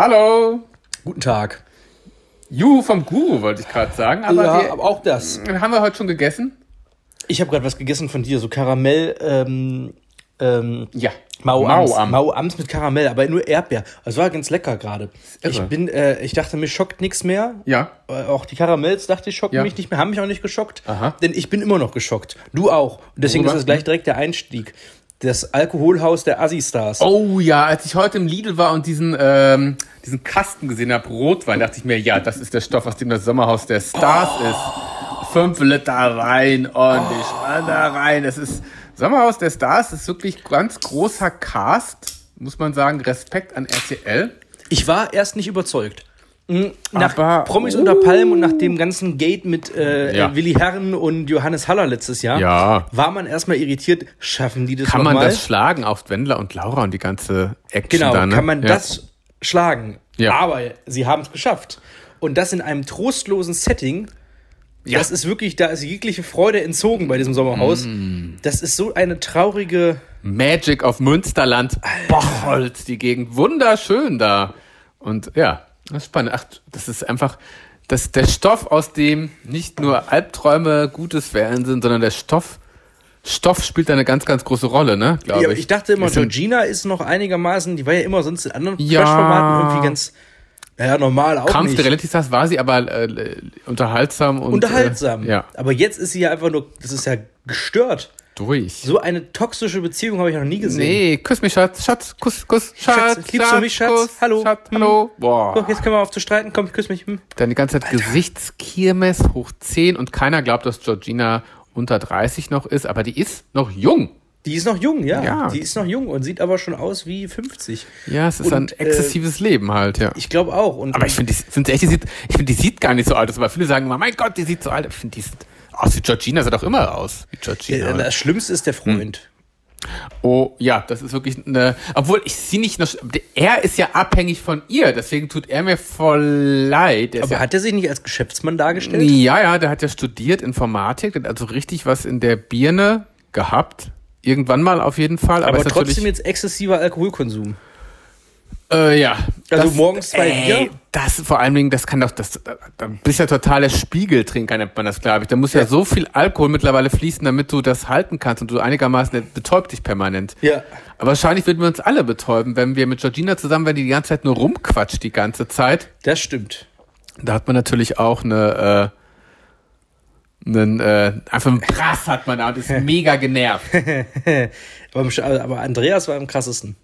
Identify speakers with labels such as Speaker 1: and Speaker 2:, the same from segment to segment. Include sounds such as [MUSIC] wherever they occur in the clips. Speaker 1: Hallo,
Speaker 2: Guten Tag.
Speaker 1: Ju vom Guru wollte ich gerade sagen, aber
Speaker 2: ja,
Speaker 1: wir,
Speaker 2: aber auch das.
Speaker 1: haben wir heute schon gegessen?
Speaker 2: Ich habe gerade was gegessen von dir, so Karamell, ähm, ähm,
Speaker 1: Ja.
Speaker 2: Mau-Ams.
Speaker 1: Mau-Am.
Speaker 2: Mau-Ams mit Karamell, aber nur Erdbeer. Das war ganz lecker gerade.
Speaker 1: irre.
Speaker 2: Ich bin, äh, ich dachte, mich schockt nichts mehr.
Speaker 1: Ja.
Speaker 2: Äh, Auch die Karamells, dachte ich, schocken
Speaker 1: Ja.
Speaker 2: mich nicht mehr, haben mich auch nicht geschockt.
Speaker 1: Aha.
Speaker 2: Denn ich bin immer noch geschockt. Du auch. Und deswegen
Speaker 1: Worüber?
Speaker 2: ist das gleich direkt der Einstieg. Das Alkoholhaus der Assi-Stars.
Speaker 1: Oh ja, als ich heute im Lidl war und diesen, ähm, diesen Kasten gesehen habe, Rotwein, dachte ich mir, ja, das ist der Stoff, aus dem das Sommerhaus der Stars
Speaker 2: Oh.
Speaker 1: ist. Fünf Liter rein und ich war da rein. Das ist Sommerhaus der Stars ist wirklich ganz großer Cast, muss man sagen. Respekt an RTL.
Speaker 2: Ich war erst nicht überzeugt. Mhm, Nach
Speaker 1: Aber-
Speaker 2: Promis unter Palmen und nach dem ganzen Gate mit äh,
Speaker 1: Ja.
Speaker 2: Willi Herren und Johannes Haller letztes Jahr
Speaker 1: Ja.
Speaker 2: war man erstmal irritiert. Schaffen die das
Speaker 1: Kann man
Speaker 2: nochmal?
Speaker 1: das schlagen auf Wendler und Laura und die ganze Action
Speaker 2: genau,
Speaker 1: da, ne?
Speaker 2: kann man
Speaker 1: Ja.
Speaker 2: das schlagen.
Speaker 1: Ja.
Speaker 2: Aber sie haben es geschafft. Und das in einem trostlosen Setting.
Speaker 1: Ja.
Speaker 2: Das ist wirklich, da ist jegliche Freude entzogen bei diesem Sommerhaus.
Speaker 1: Mm.
Speaker 2: Das ist so eine traurige.
Speaker 1: Magic auf Münsterland, Bocholt, die Gegend, wunderschön da. Und ja, das ist spannend. Ach, das ist einfach das, ist der Stoff, aus dem nicht nur Albträume gutes Fernsehen, sondern der Stoff, Stoff spielt da eine ganz, ganz große Rolle, ne? Glaube
Speaker 2: Ja, ich dachte immer,
Speaker 1: Ist ein-
Speaker 2: Georgina ist noch einigermaßen, die war ja immer sonst in anderen
Speaker 1: Ja.
Speaker 2: Crash-Formaten irgendwie ganz, naja, normal auch
Speaker 1: Kampf
Speaker 2: nicht.
Speaker 1: der Reality Stars war sie aber äh, unterhaltsam und.
Speaker 2: unterhaltsam.
Speaker 1: Äh, ja,
Speaker 2: Aber jetzt ist sie ja einfach nur, das ist ja gestört.
Speaker 1: durch.
Speaker 2: So eine toxische Beziehung habe ich noch nie gesehen.
Speaker 1: Nee, küss mich, Schatz, Schatz, Kuss, Kuss, Schatz,
Speaker 2: Schatz, liebst du mich, Schatz?
Speaker 1: Kuss,
Speaker 2: Hallo. Hm?
Speaker 1: Schatz, hallo.
Speaker 2: So,
Speaker 1: Boah.
Speaker 2: jetzt können wir auf zu streiten. Komm, küss mich. Hm.
Speaker 1: Dann die ganze Zeit Gesichtskirmes hoch 10 und keiner glaubt, dass Georgina unter 30 noch ist, aber die ist noch jung.
Speaker 2: Die ist noch jung, ja.
Speaker 1: Ja.
Speaker 2: Die ist noch jung und sieht aber schon aus wie 50.
Speaker 1: Ja, es ist
Speaker 2: Und,
Speaker 1: ein
Speaker 2: äh,
Speaker 1: exzessives Leben halt, ja.
Speaker 2: Ich glaube auch. Und
Speaker 1: aber ich finde, die, sind echt, die sieht, ich finde, die sieht gar nicht so alt aus, aber viele sagen immer, mein Gott, die sieht so alt. Ich finde, die sieht aus wie Georgina, sah doch immer aus wie
Speaker 2: äh,
Speaker 1: Georgina.
Speaker 2: das Schlimmste ist der Freund.
Speaker 1: Hm. Oh, ja, das ist wirklich eine, obwohl ich sie nicht noch, er ist ja abhängig von ihr, deswegen tut er mir voll leid. Der ist ja
Speaker 2: Aber hat er sich nicht als Geschäftsmann dargestellt?
Speaker 1: Ja, ja, der hat ja studiert Informatik, der hat also richtig was in der Birne gehabt. Irgendwann mal auf jeden Fall. Aber,
Speaker 2: Aber
Speaker 1: ist
Speaker 2: trotzdem
Speaker 1: natürlich,
Speaker 2: jetzt exzessiver Alkoholkonsum.
Speaker 1: äh, ja.
Speaker 2: Also morgens zwei
Speaker 1: ey,
Speaker 2: Bier?
Speaker 1: Das vor allen Dingen, das kann doch, das, da bist ja total der Spiegeltrinker, nennt man das, glaube ich. Da muss ja. so viel Alkohol mittlerweile fließen, damit du das halten kannst und du einigermaßen betäubt dich permanent.
Speaker 2: Ja.
Speaker 1: Aber wahrscheinlich würden wir uns alle betäuben, wenn wir mit Georgina zusammen, wenn die die ganze Zeit nur rumquatscht, die ganze Zeit.
Speaker 2: Das stimmt.
Speaker 1: Da hat man natürlich auch eine, äh, einen, äh, einfach einen Brass hat man da und ist mega genervt.
Speaker 2: Aber, im Sch- aber Andreas war am krassesten.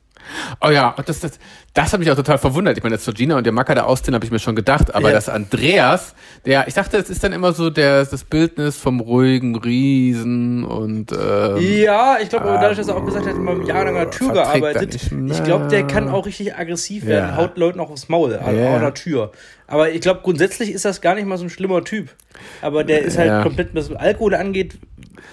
Speaker 1: Oh ja, und das, das, das hat mich auch total verwundert. Ich meine, dass Georgina und der Macker da ausziehen, habe ich mir schon gedacht. Aber
Speaker 2: Ja.
Speaker 1: dass Andreas, der, ich dachte, es ist dann immer so der, das Bildnis vom ruhigen Riesen und ähm,
Speaker 2: Ja, ich glaube, aber dadurch, dass er auch gesagt hat, man hat jahrelang an der Tür
Speaker 1: Ah, verträgt er
Speaker 2: gearbeitet,
Speaker 1: nicht.
Speaker 2: ich glaube, der kann auch richtig aggressiv werden,
Speaker 1: Ja.
Speaker 2: haut Leuten auch aufs Maul, an
Speaker 1: Ja.
Speaker 2: an der Tür. Aber ich glaube, grundsätzlich ist das gar nicht mal so ein schlimmer Typ. Aber der ist halt
Speaker 1: Ja.
Speaker 2: komplett, was Alkohol angeht,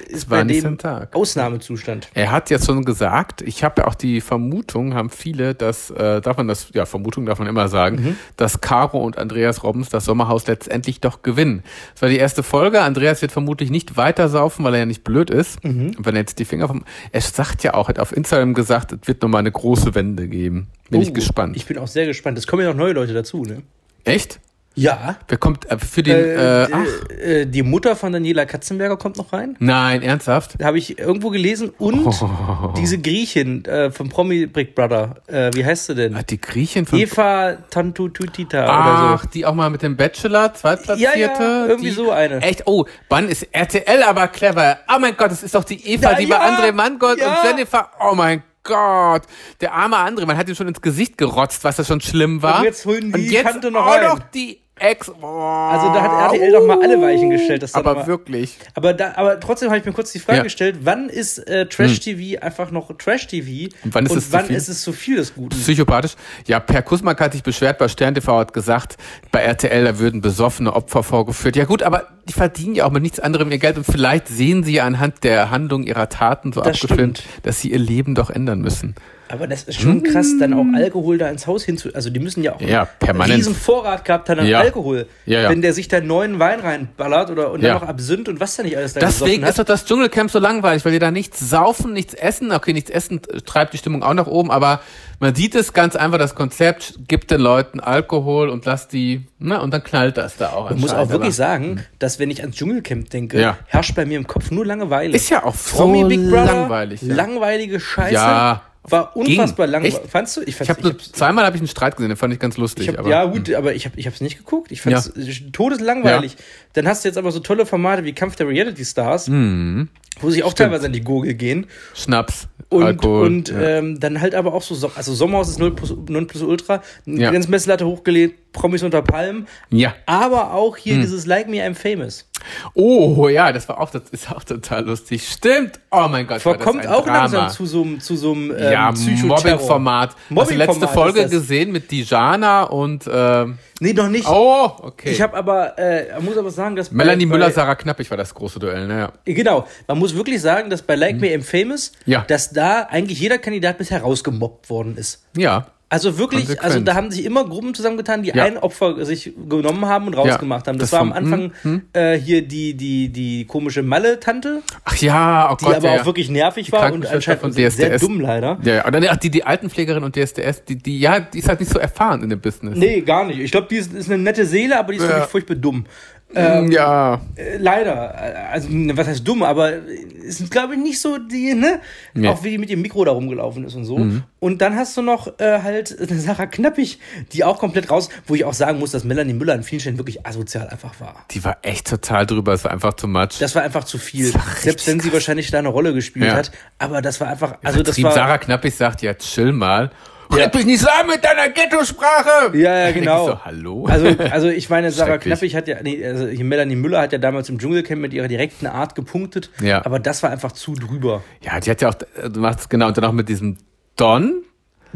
Speaker 2: ist
Speaker 1: war
Speaker 2: bei
Speaker 1: nicht
Speaker 2: dem
Speaker 1: sein Tag.
Speaker 2: Ausnahmezustand.
Speaker 1: Er hat jetzt schon gesagt, ich habe ja auch die Vermutung, haben viele, dass, äh, darf man das, ja, Vermutung darf man immer sagen,
Speaker 2: Mhm.
Speaker 1: dass Caro und Andreas Robbens das Sommerhaus letztendlich doch gewinnen. Das war die erste Folge. Andreas wird vermutlich nicht weiter saufen, weil er ja nicht blöd ist.
Speaker 2: Mhm.
Speaker 1: Und Wenn er jetzt die Finger vom. Er sagt ja auch, hat auf Instagram gesagt, es wird nochmal eine große Wende geben. Bin ich
Speaker 2: Oh,
Speaker 1: gespannt.
Speaker 2: Ich bin auch sehr gespannt. Es kommen ja noch neue Leute dazu, ne?
Speaker 1: Echt?
Speaker 2: Ja.
Speaker 1: Wer kommt äh, für den.
Speaker 2: Äh,
Speaker 1: Äh, ach,
Speaker 2: äh, die Mutter von Daniela Katzenberger kommt noch rein.
Speaker 1: nein, ernsthaft?
Speaker 2: Habe ich irgendwo gelesen. Und
Speaker 1: Oh.
Speaker 2: diese Griechin äh, vom Promi Brick Brother. Äh, wie heißt sie denn?
Speaker 1: Hat die Griechen von.
Speaker 2: Eva Tantututita oder
Speaker 1: Ach,
Speaker 2: so.
Speaker 1: die auch mal mit dem Bachelor, Zweitplatzierte.
Speaker 2: Ja, ja, irgendwie
Speaker 1: die,
Speaker 2: so eine.
Speaker 1: Echt, oh, Mann, ist RTL aber clever. Oh mein Gott, das ist doch die Eva,
Speaker 2: Ja,
Speaker 1: die bei
Speaker 2: ja,
Speaker 1: André Mangold
Speaker 2: ja.
Speaker 1: und Jennifer. Oh mein Gott, der arme André, man hat ihm schon ins Gesicht gerotzt, was das schon schlimm war.
Speaker 2: Und jetzt holen die
Speaker 1: Und jetzt
Speaker 2: Kante noch
Speaker 1: auch
Speaker 2: rein.
Speaker 1: noch die Ex. Oh.
Speaker 2: Also da hat RTL doch mal alle Weichen gestellt. Dass da
Speaker 1: aber
Speaker 2: noch mal-
Speaker 1: wirklich.
Speaker 2: aber, da, aber trotzdem habe ich mir kurz die Frage
Speaker 1: Ja. Hm.
Speaker 2: gestellt, wann ist äh, Trash-TV einfach noch Trash-TV
Speaker 1: Und wann ist es zu
Speaker 2: wann
Speaker 1: viel?
Speaker 2: ist es zu viel des Guten?
Speaker 1: Psychopathisch. Ja, Per Kusmak hat sich beschwert bei Stern TV, hat gesagt, bei RTL, da würden besoffene Opfer vorgeführt. Ja gut, aber die verdienen ja auch mit nichts anderem ihr Geld und vielleicht sehen sie ja anhand der Handlung ihrer Taten so
Speaker 2: Das
Speaker 1: abgefilmt,
Speaker 2: stimmt.
Speaker 1: dass sie ihr Leben doch ändern müssen.
Speaker 2: Aber das ist schon krass, dann auch Alkohol da ins Haus hinzu. Also die müssen ja auch
Speaker 1: Hm. Ja, permanent.
Speaker 2: einen riesen Vorrat gehabt haben an
Speaker 1: Ja.
Speaker 2: Alkohol.
Speaker 1: Ja, ja.
Speaker 2: Wenn der sich da neuen Wein reinballert oder und
Speaker 1: Ja.
Speaker 2: dann noch Absinth und was da nicht alles da
Speaker 1: Deswegen
Speaker 2: gesoffen
Speaker 1: ist
Speaker 2: hat.
Speaker 1: doch das Dschungelcamp so langweilig, weil die da nichts saufen, nichts essen. Okay, nichts essen treibt die Stimmung auch nach oben, aber man sieht es ganz einfach, das Konzept gibt den Leuten Alkohol und lasst die, na, und dann knallt das da auch.
Speaker 2: Ich muss auch
Speaker 1: anscheinend,
Speaker 2: wirklich
Speaker 1: aber-
Speaker 2: sagen, dass wenn ich ans Dschungelcamp denke,
Speaker 1: Hm. Ja.
Speaker 2: herrscht bei mir im Kopf nur Langeweile.
Speaker 1: Ist ja auch
Speaker 2: Promi
Speaker 1: so
Speaker 2: Big Brother,
Speaker 1: langweilig, ja.
Speaker 2: langweilige Scheiße.
Speaker 1: Ja.
Speaker 2: War unfassbar
Speaker 1: Ging.
Speaker 2: langweilig.
Speaker 1: Echt?
Speaker 2: Fandst du? Ich, fand's-
Speaker 1: Ich habe
Speaker 2: ich
Speaker 1: nur
Speaker 2: hab's-
Speaker 1: zweimal habe ich einen Streit gesehen, den fand ich ganz lustig.
Speaker 2: Ich hab,
Speaker 1: aber,
Speaker 2: ja, gut, aber ich habe ich hab's nicht geguckt. Ich fand's todeslangweilig. Dann hast du jetzt aber so tolle Formate wie Kampf der Reality Stars,
Speaker 1: Mhm.
Speaker 2: wo sich auch teilweise an die Gurgel gehen.
Speaker 1: Schnaps,
Speaker 2: Und,
Speaker 1: Alkohol.
Speaker 2: und
Speaker 1: ja.
Speaker 2: ähm, dann halt aber auch so, Som- also Sommerhaus ist 0 plus, 0 plus Ultra, eine
Speaker 1: Ja.
Speaker 2: ganz Messlatte hochgelegt, Promis unter Palmen.
Speaker 1: ja. Mhm.
Speaker 2: Aber auch hier dieses Like Me, I'm Famous.
Speaker 1: Oh ja, das war auch, das ist auch total lustig. Stimmt. Oh mein Gott, war das
Speaker 2: Verkommt
Speaker 1: ein
Speaker 2: auch
Speaker 1: Drama.
Speaker 2: langsam zu so einem zu so einem ähm,
Speaker 1: ja,
Speaker 2: Psychoterror.
Speaker 1: Mobbing-Format. Hast du
Speaker 2: Mobbing-Format
Speaker 1: letzte
Speaker 2: ist
Speaker 1: Folge
Speaker 2: das.
Speaker 1: gesehen mit Dijana und ähm,
Speaker 2: Nee, noch nicht.
Speaker 1: oh, okay.
Speaker 2: Ich habe aber, äh, man muss aber sagen, dass bei-
Speaker 1: Melanie
Speaker 2: bei-
Speaker 1: Müller, Sarah Knappig war das große Duell, ne? naja.
Speaker 2: Genau, man muss wirklich sagen, dass bei Like Me I'm Famous,
Speaker 1: Hm. Ja.
Speaker 2: dass da eigentlich jeder Kandidat bisher rausgemobbt worden ist.
Speaker 1: Ja.
Speaker 2: Also wirklich,
Speaker 1: Konsequent.
Speaker 2: also da haben sich immer Gruppen zusammengetan, die
Speaker 1: Ja.
Speaker 2: ein Opfer sich genommen haben und rausgemacht haben. Das,
Speaker 1: Das hm,
Speaker 2: war am
Speaker 1: vom-
Speaker 2: Anfang äh, hier die, die, die komische Malle-Tante,
Speaker 1: Ach ja, oh
Speaker 2: die
Speaker 1: Gott.
Speaker 2: aber
Speaker 1: ja, ja.
Speaker 2: auch wirklich nervig war und
Speaker 1: Krankenschwester
Speaker 2: anscheinend
Speaker 1: von
Speaker 2: sehr
Speaker 1: DSDS.
Speaker 2: dumm leider.
Speaker 1: Ja, ja. Und dann ach, die, die Altenpflegerin und DSDS, die, die, ja, die ist halt nicht so erfahren in dem Business.
Speaker 2: Nee, gar nicht. Ich glaube, die ist, ist eine nette Seele, aber die ist
Speaker 1: Ja.
Speaker 2: wirklich furchtbar dumm.
Speaker 1: ja.
Speaker 2: Äh, leider. Also, ne, was heißt dumm, aber ist, glaube ich, nicht so die, ne?
Speaker 1: Nee. Mhm.
Speaker 2: Auch wie die mit dem Mikro da rumgelaufen ist und so. Und dann hast du noch äh, halt [LAUGHS] eine Sarah Knappig, die auch komplett raus, wo ich auch sagen muss, dass Melanie Müller an vielen Stellen wirklich asozial einfach war.
Speaker 1: Die war echt total drüber, es war einfach too much.
Speaker 2: Das war einfach zu viel.
Speaker 1: war richtig
Speaker 2: Selbst wenn sie wahrscheinlich da eine Rolle gespielt
Speaker 1: Ja.
Speaker 2: hat. Aber das war einfach, also das
Speaker 1: Trieb
Speaker 2: war.
Speaker 1: Sarah Knappig sagt, ja, chill mal.
Speaker 2: Ja.
Speaker 1: Red mich nicht so an mit deiner Ghetto-Sprache.
Speaker 2: Ja,
Speaker 1: Dann
Speaker 2: ja,
Speaker 1: denk ich
Speaker 2: genau.
Speaker 1: So, Hallo?
Speaker 2: Also, also ich meine, Sarah
Speaker 1: Schrecklich.
Speaker 2: Knappig hat ja, nee, also hier Melanie Müller hat ja damals im Dschungelcamp mit ihrer direkten Art gepunktet,
Speaker 1: Ja.
Speaker 2: aber das war einfach zu drüber.
Speaker 1: ja, die hat ja auch, du machst genau, und dann auch mit diesem Don,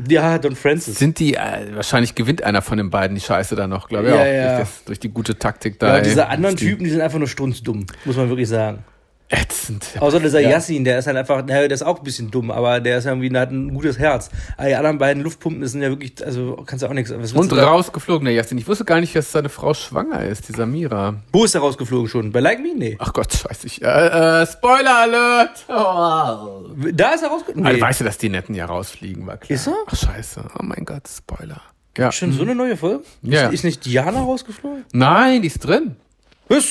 Speaker 2: Ja, Don Francis.
Speaker 1: sind die, äh, wahrscheinlich gewinnt einer von den beiden die Scheiße dann noch, glaube ich,
Speaker 2: Ja,
Speaker 1: auch
Speaker 2: ja.
Speaker 1: Durch, das, durch die gute Taktik da.
Speaker 2: Ja,
Speaker 1: ey.
Speaker 2: diese anderen
Speaker 1: Ist die
Speaker 2: Typen, die sind einfach nur strunzdumm, muss man wirklich sagen.
Speaker 1: Ätzend.
Speaker 2: Außer dieser
Speaker 1: Ja.
Speaker 2: Yassin, der ist halt einfach, naja, der ist auch ein bisschen dumm, aber der ist irgendwie, der hat ein gutes Herz. Aber die anderen beiden Luftpumpen das sind ja wirklich, also kannst du auch nichts. Was willst
Speaker 1: Und
Speaker 2: du da-
Speaker 1: rausgeflogen, der Jasin. Ich wusste gar nicht, dass seine Frau schwanger ist, die Samira.
Speaker 2: Wo ist er rausgeflogen schon? Bei Like Me? Nee.
Speaker 1: Ach Gott, scheiße. Ich, äh, äh, Spoiler Alert! Oh.
Speaker 2: Da ist er rausgeflogen.
Speaker 1: Also,
Speaker 2: Nee.
Speaker 1: weißt du, dass die Netten ja rausfliegen, war klar.
Speaker 2: Ist er?
Speaker 1: Ach scheiße. Oh mein Gott, Spoiler. Ja.
Speaker 2: Schon so eine neue Folge?
Speaker 1: Ja.
Speaker 2: Ist, ist nicht Diana rausgeflogen?
Speaker 1: Nein, die ist drin.
Speaker 2: Was?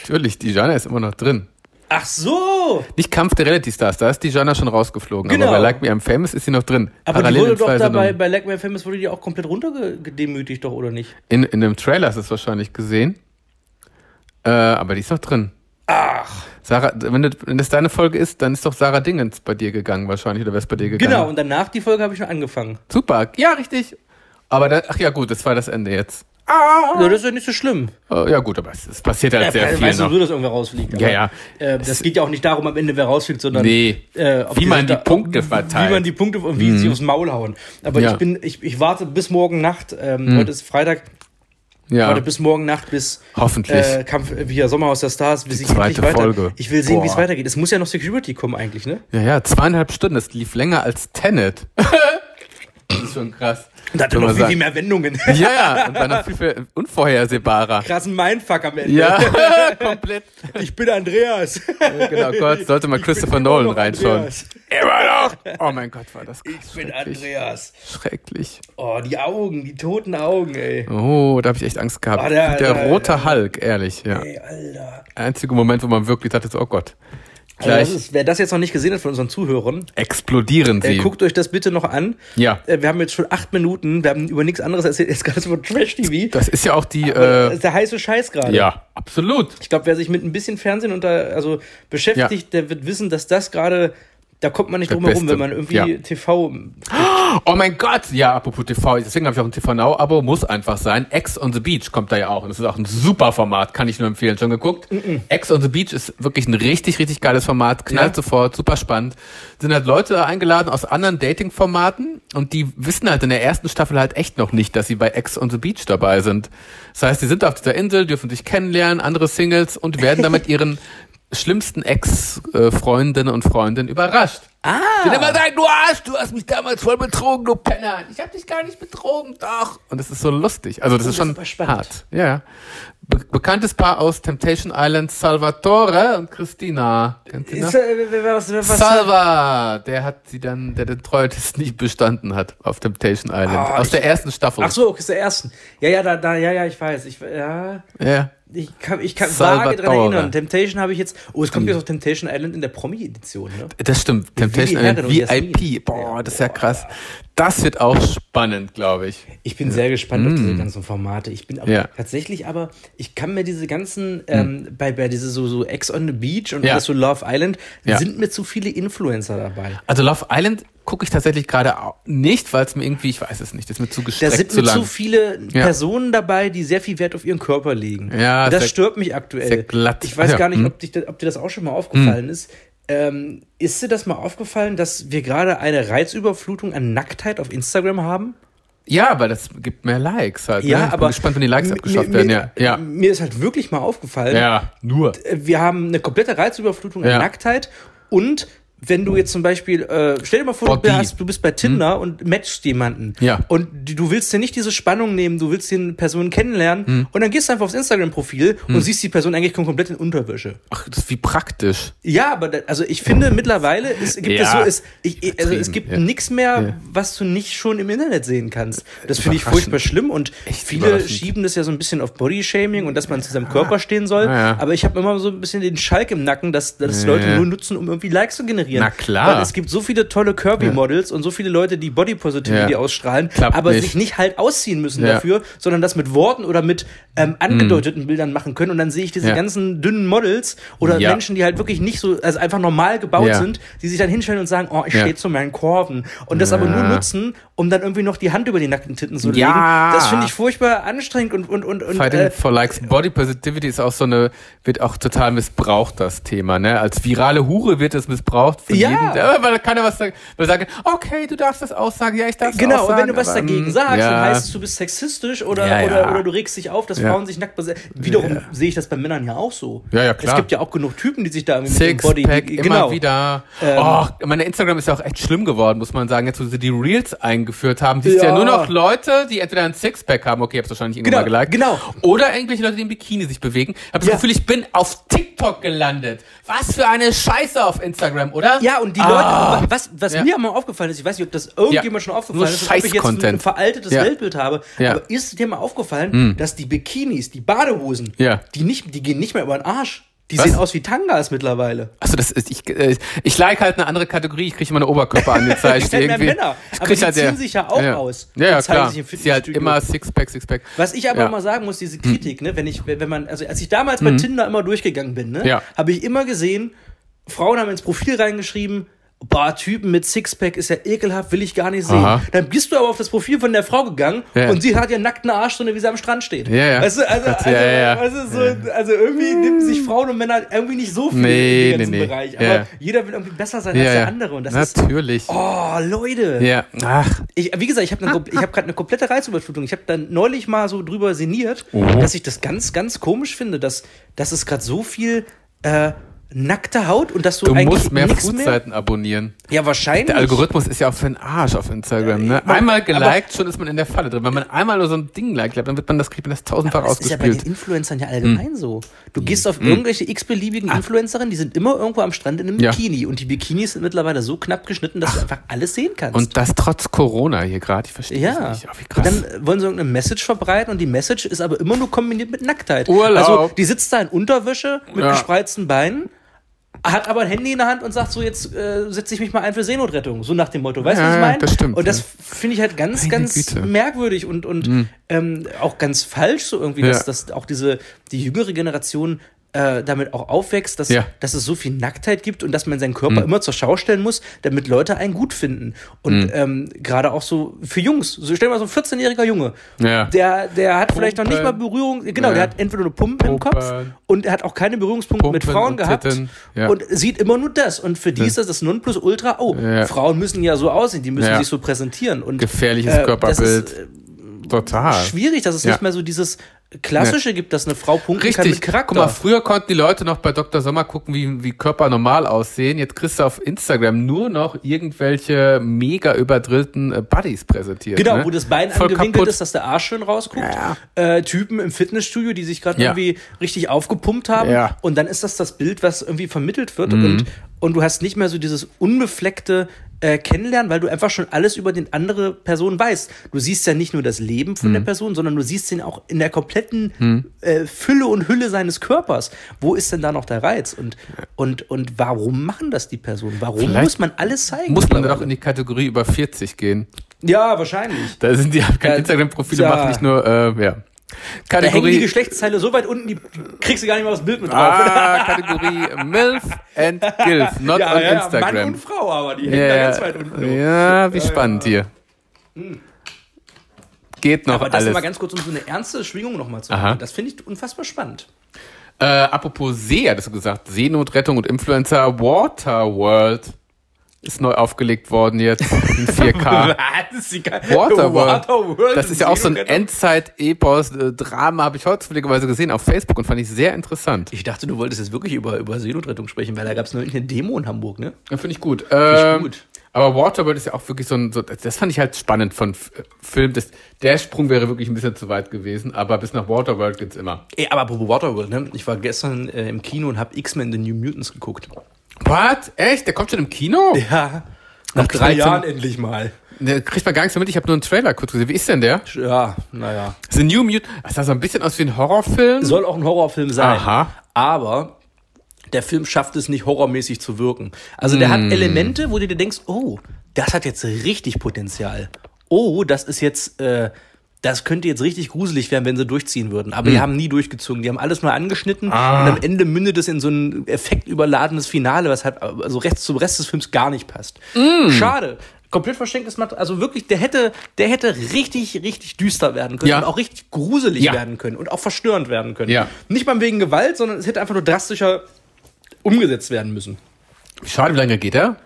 Speaker 1: Natürlich, die Jana ist immer noch drin.
Speaker 2: Ach so!
Speaker 1: Nicht Kampf der Reality Stars, da ist die Jana schon rausgeflogen.
Speaker 2: Genau.
Speaker 1: Aber bei Like Me I'm Famous ist sie noch drin.
Speaker 2: Aber die wurde
Speaker 1: in zwei
Speaker 2: doch da bei,
Speaker 1: Sendungen.
Speaker 2: bei Like Me Famous wurde die auch komplett runtergedemütigt, doch, oder nicht?
Speaker 1: In, in einem Trailer hast du es wahrscheinlich gesehen. Äh, aber die ist noch drin. Ach. Sarah, wenn, du, wenn das deine Folge ist, dann ist doch Sarah Dingens bei dir gegangen wahrscheinlich. Oder wer ist bei dir gegangen?
Speaker 2: Genau, und danach die Folge habe ich schon angefangen.
Speaker 1: Super. Ja, richtig. Aber da, ach ja gut, das war das Ende jetzt. Ah.
Speaker 2: Ja, das ist ja nicht so schlimm.
Speaker 1: Äh, ja gut, aber es, es passiert halt sehr
Speaker 2: Ja,
Speaker 1: viel
Speaker 2: Äh, weißt
Speaker 1: noch.
Speaker 2: du, dass irgendwer rausfliegt.
Speaker 1: ja,
Speaker 2: aber,
Speaker 1: ja.
Speaker 2: Äh, das geht ja auch nicht darum, am Ende wer rausfliegt, sondern
Speaker 1: Nee.
Speaker 2: äh, ob
Speaker 1: Wie man
Speaker 2: sich
Speaker 1: die
Speaker 2: da-
Speaker 1: Punkte
Speaker 2: Wie
Speaker 1: verteilt. Mhm.
Speaker 2: man die Punkte und wie sie aufs Maul hauen. Aber
Speaker 1: Ja. Mhm.
Speaker 2: ich bin, ich, ich warte bis morgen Nacht. Ähm, Heute ist Freitag.
Speaker 1: ja.
Speaker 2: Warte bis morgen Nacht, bis
Speaker 1: Hoffentlich.
Speaker 2: äh, Kampf äh, wie ja, Sommerhaus der Stars, bis ich
Speaker 1: zweite
Speaker 2: endlich weiter.
Speaker 1: Folge.
Speaker 2: Ich will sehen, wie es
Speaker 1: Boah.
Speaker 2: weitergeht. Es muss ja noch Security kommen eigentlich, ne?
Speaker 1: Ja, ja, zweieinhalb Stunden. Das lief länger als
Speaker 2: [LAUGHS]
Speaker 1: Tenet. das ist schon krass.
Speaker 2: Und da hat
Speaker 1: Kann
Speaker 2: er noch
Speaker 1: man
Speaker 2: viel,
Speaker 1: sagen.
Speaker 2: viel
Speaker 1: [LAUGHS]
Speaker 2: mehr Wendungen.
Speaker 1: Ja, ja, und war noch viel, viel unvorhersehbarer.
Speaker 2: Krassen Mindfuck am Ende.
Speaker 1: Ja, [LAUGHS] komplett.
Speaker 2: Ich bin Andreas.
Speaker 1: Genau, Gott, sollte mal Christopher
Speaker 2: bin immer
Speaker 1: Nolan
Speaker 2: noch
Speaker 1: reinschauen.
Speaker 2: Andreas.
Speaker 1: Immer noch! Oh mein Gott, war das krass.
Speaker 2: Ich bin
Speaker 1: schrecklich.
Speaker 2: [LAUGHS] Andreas.
Speaker 1: Schrecklich.
Speaker 2: Oh, die Augen, die toten Augen, ey.
Speaker 1: Oh, da habe ich echt Angst gehabt.
Speaker 2: Ah, der-
Speaker 1: der,
Speaker 2: der-
Speaker 1: rote Hulk, ehrlich, ja.
Speaker 2: Ey, Alter.
Speaker 1: Einziger Moment, wo man wirklich dachte, so, oh Gott.
Speaker 2: Also
Speaker 1: Gleich
Speaker 2: das ist, wer das jetzt noch nicht gesehen hat von unseren Zuhörern,
Speaker 1: explodieren
Speaker 2: äh,
Speaker 1: sie.
Speaker 2: guckt euch das bitte noch an.
Speaker 1: Ja.
Speaker 2: Äh, wir haben jetzt schon acht Minuten, wir haben über nichts anderes erzählt, jetzt gerade über Trash-TV.
Speaker 1: das ist ja auch die,
Speaker 2: Das
Speaker 1: äh,
Speaker 2: ist der heiße Scheiß gerade.
Speaker 1: ja, absolut.
Speaker 2: Ich glaube, wer sich mit ein bisschen Fernsehen unter, also beschäftigt, der wird wissen, dass das gerade, da kommt man nicht
Speaker 1: Der
Speaker 2: drum herum,
Speaker 1: Beste.
Speaker 2: wenn man irgendwie
Speaker 1: Ja.
Speaker 2: TV.
Speaker 1: Oh mein Gott, ja, apropos TV, deswegen habe ich auch ein TV Now Abo, muss einfach sein. Ex on the Beach kommt da ja auch und das ist auch ein super Format, kann ich nur empfehlen. Schon geguckt? Ex on the Beach ist wirklich ein richtig richtig geiles Format, knallt
Speaker 2: Ja.
Speaker 1: sofort, super spannend. Sind halt Leute eingeladen aus anderen Dating Formaten und die wissen halt in der ersten Staffel halt echt noch nicht, dass sie bei Ex on the Beach dabei sind. Das heißt, die sind auf dieser Insel, dürfen sich kennenlernen, andere Singles und werden damit ihren schlimmsten Ex-Freundinnen und äh, Freunden überrascht. Die dann
Speaker 2: Ah.
Speaker 1: immer sagen, du Arsch, du hast mich damals voll betrogen, du Penner. Ich hab dich gar nicht betrogen, doch. Und das ist so lustig. Also das ist
Speaker 2: das
Speaker 1: schon
Speaker 2: war spannend.
Speaker 1: hart. Ja, ja. Be bekanntes Paar aus Temptation Island, Salvatore und Christina. Kennt ihr
Speaker 2: Ist,
Speaker 1: noch?
Speaker 2: äh, wer- wer- was, wer- was,
Speaker 1: Salva, der hat sie dann, der den Treue-Test [LAUGHS] nicht bestanden hat auf Temptation Island.
Speaker 2: Ah,
Speaker 1: aus
Speaker 2: ich-
Speaker 1: der ersten Staffel.
Speaker 2: Ach so, okay, ist der ersten. Ja, ja, da, da, ja, ja, ich weiß. Ich, ja,
Speaker 1: Ja.
Speaker 2: ich kann, ich kann vage
Speaker 1: Salvatore.
Speaker 2: dran erinnern. Temptation habe ich jetzt. Oh, es kommt jetzt auf Temptation Island in der Promi-Edition, ne?
Speaker 1: Das stimmt. Temptation
Speaker 2: Willi Herren
Speaker 1: Island
Speaker 2: und Jasmin.
Speaker 1: VIP. Boah, das ist ja krass. Das wird auch spannend, glaube ich.
Speaker 2: Ich bin sehr gespannt auf diese ganzen Formate. Ich bin aber
Speaker 1: Mm. Ja. Mm.
Speaker 2: tatsächlich aber, ich kann mir diese ganzen, ähm, bei, bei diese so, so Ex on the Beach und
Speaker 1: Ja.
Speaker 2: alles so Love Island,
Speaker 1: Ja.
Speaker 2: sind mir zu viele Influencer dabei.
Speaker 1: Also Love Island gucke ich tatsächlich gerade au- nicht, weil es mir irgendwie, ich weiß es nicht, das ist mir zu
Speaker 2: Da
Speaker 1: gestreckt,
Speaker 2: sind
Speaker 1: zu
Speaker 2: mir
Speaker 1: lang.
Speaker 2: zu viele
Speaker 1: Ja.
Speaker 2: Personen dabei, die sehr viel Wert auf ihren Körper legen.
Speaker 1: Ja,
Speaker 2: Und das
Speaker 1: sehr-
Speaker 2: stört mich aktuell.
Speaker 1: sehr glatt.
Speaker 2: Ich weiß
Speaker 1: Ja, Mhm.
Speaker 2: gar nicht,
Speaker 1: hm.
Speaker 2: ob, dich, da- ob dir das auch schon mal aufgefallen ist. Ähm, ist dir das mal aufgefallen, dass wir gerade eine Reizüberflutung an Nacktheit auf Instagram haben?
Speaker 1: ja, aber das gibt mehr Likes halt. ne?
Speaker 2: Ja,
Speaker 1: ich
Speaker 2: aber.
Speaker 1: bin gespannt, wenn die Likes
Speaker 2: mi-
Speaker 1: abgeschafft
Speaker 2: mi-
Speaker 1: werden.
Speaker 2: mi-
Speaker 1: Ja, ja,
Speaker 2: Mir ist halt wirklich mal aufgefallen,
Speaker 1: ja, nur.
Speaker 2: äh, wir haben eine komplette Reizüberflutung an
Speaker 1: Ja.
Speaker 2: Nacktheit und wenn du jetzt zum Beispiel, äh, stell dir mal vor,
Speaker 1: Body. Hm.
Speaker 2: du hast, du bist bei Tinder und matchst jemanden.
Speaker 1: Ja.
Speaker 2: Und die, du willst dir nicht diese Spannung nehmen, du willst den Person kennenlernen
Speaker 1: Hm.
Speaker 2: und dann gehst du einfach aufs Instagram-Profil und siehst die Person eigentlich komplett in Unterwäsche.
Speaker 1: Ach, das ist wie praktisch.
Speaker 2: Ja, aber da, also ich finde mittlerweile es gibt
Speaker 1: Ja.
Speaker 2: es so, es, ich, ich- also es
Speaker 1: Übertrieben,
Speaker 2: gibt
Speaker 1: ja.
Speaker 2: nichts mehr,
Speaker 1: Ja.
Speaker 2: was du nicht schon im Internet sehen kannst. Das finde ich furchtbar schlimm und viele
Speaker 1: überraschend. Ah.
Speaker 2: schieben das ja so ein bisschen auf Bodyshaming und dass man zu seinem Körper stehen soll.
Speaker 1: Ja, ja.
Speaker 2: Aber ich habe immer so ein bisschen den Schalk im Nacken, dass, dass
Speaker 1: Ja.
Speaker 2: Leute nur nutzen, um irgendwie Likes zu generieren.
Speaker 1: Na klar.
Speaker 2: Weil es gibt so viele tolle Kirby-Models und so viele Leute, die Body Positivity
Speaker 1: Ja.
Speaker 2: ausstrahlen,
Speaker 1: Klappt
Speaker 2: aber
Speaker 1: nicht.
Speaker 2: sich nicht halt ausziehen müssen
Speaker 1: Ja. Mhm.
Speaker 2: dafür, sondern das mit Worten oder mit ähm, angedeuteten Bildern machen können. Und dann sehe ich diese
Speaker 1: Ja.
Speaker 2: ganzen dünnen Models oder
Speaker 1: Ja.
Speaker 2: Menschen, die halt wirklich nicht so, also einfach normal gebaut
Speaker 1: Ja.
Speaker 2: sind, die sich dann hinstellen und sagen, oh, ich
Speaker 1: Ja.
Speaker 2: stehe zu meinen Korven. Und das aber nur
Speaker 1: Ja.
Speaker 2: nutzen, um dann irgendwie noch die Hand über die nackten Titten zu
Speaker 1: Ja.
Speaker 2: legen. Das finde ich furchtbar anstrengend und, und, und, und
Speaker 1: Fighting
Speaker 2: äh,
Speaker 1: for Likes. Body Positivity ist auch so eine, wird auch total missbraucht, das Thema, ne? Als virale Hure wird es missbraucht von
Speaker 2: Ja.
Speaker 1: jedem, der- weil keiner was sagt, weil sagen, okay, du darfst das aussagen, ja, ich darf das
Speaker 2: Genau, und
Speaker 1: aussagen.
Speaker 2: wenn du was
Speaker 1: aber,
Speaker 2: dagegen
Speaker 1: mm,
Speaker 2: sagst,
Speaker 1: ja.
Speaker 2: dann heißt es, du bist sexistisch oder,
Speaker 1: Ja, ja.
Speaker 2: oder, oder du regst dich auf, dass
Speaker 1: Ja.
Speaker 2: Frauen sich nackt bese- Wiederum sehe ich das bei Männern ja auch so.
Speaker 1: Ja, ja, klar.
Speaker 2: Es gibt ja auch genug Typen, die sich da mit dem Body
Speaker 1: Sixpack,
Speaker 2: die-
Speaker 1: immer
Speaker 2: genau.
Speaker 1: wieder. oh, meine Instagram ist ja auch echt schlimm geworden, muss man sagen, jetzt wo sie die Reels eingeführt haben. Siehst ja.
Speaker 2: Ja.
Speaker 1: ja nur noch Leute, die entweder ein Sixpack haben, okay, hab's wahrscheinlich irgendwann
Speaker 2: Genau,
Speaker 1: mal geliked.
Speaker 2: genau.
Speaker 1: Oder irgendwelche Leute, die im Bikini sich bewegen. Hab das
Speaker 2: Ja.
Speaker 1: Gefühl, ich bin auf TikTok gelandet. Was für eine Scheiße auf Instagram, oder?
Speaker 2: Ja, und die
Speaker 1: Ah.
Speaker 2: Leute, was, was
Speaker 1: Ja.
Speaker 2: mir mal aufgefallen ist, ich weiß nicht, ob das irgendjemand
Speaker 1: Ja.
Speaker 2: schon aufgefallen
Speaker 1: Nur
Speaker 2: ist, ob ich jetzt ein,
Speaker 1: Scheiß-Content.
Speaker 2: ein veraltetes
Speaker 1: Ja.
Speaker 2: Weltbild habe,
Speaker 1: Ja. Hm.
Speaker 2: aber ist dir mal aufgefallen, dass die Bikinis, die Badehosen,
Speaker 1: Ja.
Speaker 2: die, nicht, die gehen nicht mehr über den Arsch. Die
Speaker 1: Was?
Speaker 2: sehen aus wie Tangas mittlerweile.
Speaker 1: Achso, das ist, ich, äh, ich like halt eine andere Kategorie, ich kriege immer eine
Speaker 2: [LAUGHS]
Speaker 1: Oberkörper angezeigt.
Speaker 2: Gefällt mir
Speaker 1: irgendwie.
Speaker 2: Männer,
Speaker 1: Ich
Speaker 2: aber
Speaker 1: krieg
Speaker 2: die ziehen
Speaker 1: ja-
Speaker 2: sich ja auch
Speaker 1: ja.
Speaker 2: aus
Speaker 1: Ja, ja
Speaker 2: und zeigen
Speaker 1: klar.
Speaker 2: sich im
Speaker 1: Sie halt
Speaker 2: Fitnessstudio.
Speaker 1: immer Sixpack, Sixpack.
Speaker 2: Was ich aber
Speaker 1: Ja. Mhm.
Speaker 2: mal sagen muss, diese Kritik, ne, wenn ich, wenn man, also als ich damals bei Tinder immer durchgegangen bin, ne,
Speaker 1: Ja.
Speaker 2: habe ich immer gesehen, Frauen haben ins Profil reingeschrieben, boah, Typen mit Sixpack ist ja ekelhaft, will ich gar nicht sehen.
Speaker 1: Aha.
Speaker 2: Dann bist du aber auf das Profil von der Frau gegangen
Speaker 1: Ja.
Speaker 2: und sie hat ihren nackten Arsch, so wie sie am Strand steht.
Speaker 1: Ja, ja.
Speaker 2: Weißt du, also,
Speaker 1: Gott,
Speaker 2: also,
Speaker 1: ja, ja, ja.
Speaker 2: Weißt du, so, also irgendwie nehmen sich Frauen und Männer irgendwie nicht so viel
Speaker 1: Nee,
Speaker 2: in den ganzen
Speaker 1: nee, nee.
Speaker 2: Bereich.
Speaker 1: Ja,
Speaker 2: Aber
Speaker 1: ja.
Speaker 2: jeder will irgendwie besser sein
Speaker 1: ja,
Speaker 2: als der
Speaker 1: ja.
Speaker 2: andere. Und das ist.
Speaker 1: Natürlich.
Speaker 2: Oh, Leute!
Speaker 1: Ja. Ach,
Speaker 2: Ich, wie gesagt, ich habe ne, ich hab gerade eine komplette Reizüberflutung. Ich habe dann neulich mal so drüber sinniert,
Speaker 1: Oh.
Speaker 2: dass ich das ganz, ganz komisch finde, dass, dass es gerade so viel äh, nackte Haut und dass du,
Speaker 1: Du
Speaker 2: eigentlich
Speaker 1: musst mehr
Speaker 2: nichts mehr.
Speaker 1: Foodseiten abonnieren.
Speaker 2: Ja, wahrscheinlich.
Speaker 1: Der Algorithmus ist ja auch für den Arsch auf Instagram. Ne?
Speaker 2: Äh, aber-
Speaker 1: Einmal
Speaker 2: aber-
Speaker 1: geliked, schon ist man in der Falle drin. Wenn man einmal nur so ein Ding liked, dann wird man das, kriegt man das tausendfach
Speaker 2: Das ist ja bei den
Speaker 1: ausgespielt. Hm.
Speaker 2: Influencern ja allgemein so. Du gehst auf irgendwelche x-beliebigen Influencerinnen, die sind immer irgendwo am Strand in einem
Speaker 1: Ah. Ja.
Speaker 2: Bikini. Und die Bikinis sind mittlerweile so knapp geschnitten, dass du einfach alles sehen kannst.
Speaker 1: Und das trotz Corona hier gerade. Ich verstehe
Speaker 2: Ja.
Speaker 1: das nicht. Oh, wie krass.
Speaker 2: Und Dann äh, wollen sie irgendeine Message verbreiten und die Message ist aber immer nur kombiniert mit Nacktheit.
Speaker 1: Urlaub.
Speaker 2: Also die sitzt da in Unterwäsche mit
Speaker 1: Ja.
Speaker 2: gespreizten Beinen, hat aber ein Handy in der Hand und sagt so, jetzt äh, setze ich mich mal ein für Seenotrettung. So nach dem Motto. Weißt du,
Speaker 1: Ja,
Speaker 2: was ich
Speaker 1: ja,
Speaker 2: meine?
Speaker 1: das stimmt,
Speaker 2: Und das
Speaker 1: ja.
Speaker 2: finde ich halt ganz,
Speaker 1: Meine
Speaker 2: ganz
Speaker 1: Güte. Mhm.
Speaker 2: merkwürdig und, und ähm, auch ganz falsch so irgendwie,
Speaker 1: Ja.
Speaker 2: dass, dass auch diese, die jüngere Generation äh, damit auch aufwächst, dass,
Speaker 1: Ja.
Speaker 2: dass es so viel Nacktheit gibt und dass man
Speaker 1: Hm.
Speaker 2: seinen Körper immer zur Schau stellen muss, damit Leute einen gut
Speaker 1: Hm.
Speaker 2: finden. Und ähm, gerade auch so für Jungs, so stell dir mal so ein 14-jähriger Junge,
Speaker 1: Ja.
Speaker 2: der, der hat vielleicht noch nicht mal
Speaker 1: Pumpen.
Speaker 2: Berührung, genau,
Speaker 1: Ja.
Speaker 2: der hat entweder nur Pumpen, im
Speaker 1: Pumpen.
Speaker 2: Kopf und er hat auch keine Berührungspunkte mit
Speaker 1: Pumpen
Speaker 2: Frauen
Speaker 1: und
Speaker 2: gehabt
Speaker 1: Titten, ja.
Speaker 2: und sieht immer nur das. Und für die ist das das Nonplusultra, oh,
Speaker 1: Ja.
Speaker 2: Frauen müssen ja so aussehen, die müssen
Speaker 1: Ja.
Speaker 2: sich so präsentieren. Und
Speaker 1: Gefährliches
Speaker 2: äh, das
Speaker 1: Körperbild.
Speaker 2: ist, äh,
Speaker 1: Total.
Speaker 2: schwierig, dass es
Speaker 1: Ja.
Speaker 2: nicht mehr so dieses klassische gibt, dass eine Frau punkten kann
Speaker 1: Richtig.
Speaker 2: mit Charakter.
Speaker 1: Guck mal, früher konnten die Leute noch bei Dr. Sommer gucken, wie, wie Körper normal aussehen. Jetzt kriegst du auf Instagram nur noch irgendwelche mega überdrillten äh, Buddies präsentiert.
Speaker 2: Genau,
Speaker 1: ne?
Speaker 2: wo das Bein
Speaker 1: Voll
Speaker 2: angewinkelt
Speaker 1: kaputt.
Speaker 2: ist, dass der Arsch schön rausguckt.
Speaker 1: Ja.
Speaker 2: Äh, Typen im Fitnessstudio, die sich gerade
Speaker 1: Ja.
Speaker 2: irgendwie richtig aufgepumpt haben.
Speaker 1: Ja.
Speaker 2: Und dann ist das das Bild, was irgendwie vermittelt wird.
Speaker 1: Mhm.
Speaker 2: Und, und du hast nicht mehr so dieses unbefleckte äh, Kennenlernen, weil du einfach schon alles über den andere Person weißt. Du siehst ja nicht nur das Leben von der
Speaker 1: Mhm.
Speaker 2: Person, sondern du siehst ihn auch in der kompletten äh, Fülle und Hülle seines Körpers. Wo ist denn da noch der Reiz? Und, und, und warum machen das die Personen? Warum
Speaker 1: Vielleicht
Speaker 2: muss man alles zeigen?
Speaker 1: Muss man dann auch in die Kategorie über 40 gehen.
Speaker 2: ja, wahrscheinlich.
Speaker 1: Da sind die, keine
Speaker 2: Ja,
Speaker 1: Instagram-Profile,
Speaker 2: ja.
Speaker 1: machen nicht nur, äh, ja.
Speaker 2: Da hängen die
Speaker 1: Kategorie,
Speaker 2: Geschlechtsteile so weit unten, die kriegst du gar nicht mal das Bild mit drauf.
Speaker 1: ah, Kategorie MILF and
Speaker 2: [LAUGHS]
Speaker 1: GILF, not
Speaker 2: ja,
Speaker 1: on
Speaker 2: ja, ja,
Speaker 1: Instagram.
Speaker 2: Mann und Frau, aber die hängen da ganz
Speaker 1: Ja,
Speaker 2: weit unten.
Speaker 1: ja, wie spannend hier. Geht noch
Speaker 2: Hm. aber das
Speaker 1: alles.
Speaker 2: mal ganz kurz, um so eine ernste Schwingung nochmal zu
Speaker 1: Aha.
Speaker 2: machen. Das finde ich unfassbar spannend.
Speaker 1: Äh, apropos See, hattest du gesagt, Seenotrettung und Influencer Waterworld ist neu aufgelegt worden jetzt
Speaker 2: [LAUGHS]
Speaker 1: in 4K.
Speaker 2: Was? [LAUGHS]
Speaker 1: Waterworld. Das ist ja auch so ein
Speaker 2: End.
Speaker 1: Endzeit-Epos-Drama, habe ich heute zufälligerweise gesehen auf Facebook und fand ich sehr interessant.
Speaker 2: Ich dachte, du wolltest jetzt wirklich über, über Seenotrettung sprechen, weil da gab es neulich eine Demo in Hamburg, ne?
Speaker 1: Ja, finde ich gut. Ähm,
Speaker 2: gut.
Speaker 1: Aber Waterworld ist ja auch wirklich so ein, so, das fand ich halt spannend von F Film. Das, der Sprung wäre wirklich ein bisschen zu weit gewesen, aber bis nach Waterworld geht's immer.
Speaker 2: Ey, aber apropos Waterworld, ne? Ich war gestern äh, im Kino und habe X-Men The New Mutants geguckt.
Speaker 1: What? Echt? Der kommt schon im Kino?
Speaker 2: Ja. Nach drei
Speaker 1: 13
Speaker 2: Jahren endlich mal.
Speaker 1: Ne, Kriegt man gar nichts mehr mit. Ich habe nur einen Trailer kurz gesehen. Wie ist denn der?
Speaker 2: Ja, naja.
Speaker 1: The New Mutant. Das sah so ein bisschen aus wie ein Horrorfilm.
Speaker 2: Soll auch ein Horrorfilm sein.
Speaker 1: Aha.
Speaker 2: Aber der Film schafft es nicht, horrormäßig zu wirken. Also der
Speaker 1: Hm.
Speaker 2: hat Elemente, wo du dir denkst, oh, das hat jetzt richtig Potenzial. Oh, das ist jetzt, äh, das könnte jetzt richtig gruselig werden, wenn sie durchziehen würden. Aber die
Speaker 1: Hm.
Speaker 2: haben nie durchgezogen. Die haben alles nur angeschnitten
Speaker 1: Ah.
Speaker 2: und am Ende mündet es in so ein effektüberladenes Finale, was halt also rechts zum Rest des Films gar nicht passt.
Speaker 1: Hm.
Speaker 2: Schade. Komplett verschenktes Material. Also wirklich, der hätte, der hätte richtig, richtig düster werden können
Speaker 1: Ja.
Speaker 2: und auch richtig gruselig
Speaker 1: Ja.
Speaker 2: werden können und auch verstörend werden können.
Speaker 1: Ja.
Speaker 2: Nicht mal wegen Gewalt, sondern es hätte einfach nur drastischer umgesetzt werden müssen.
Speaker 1: Schade, wie lange geht er?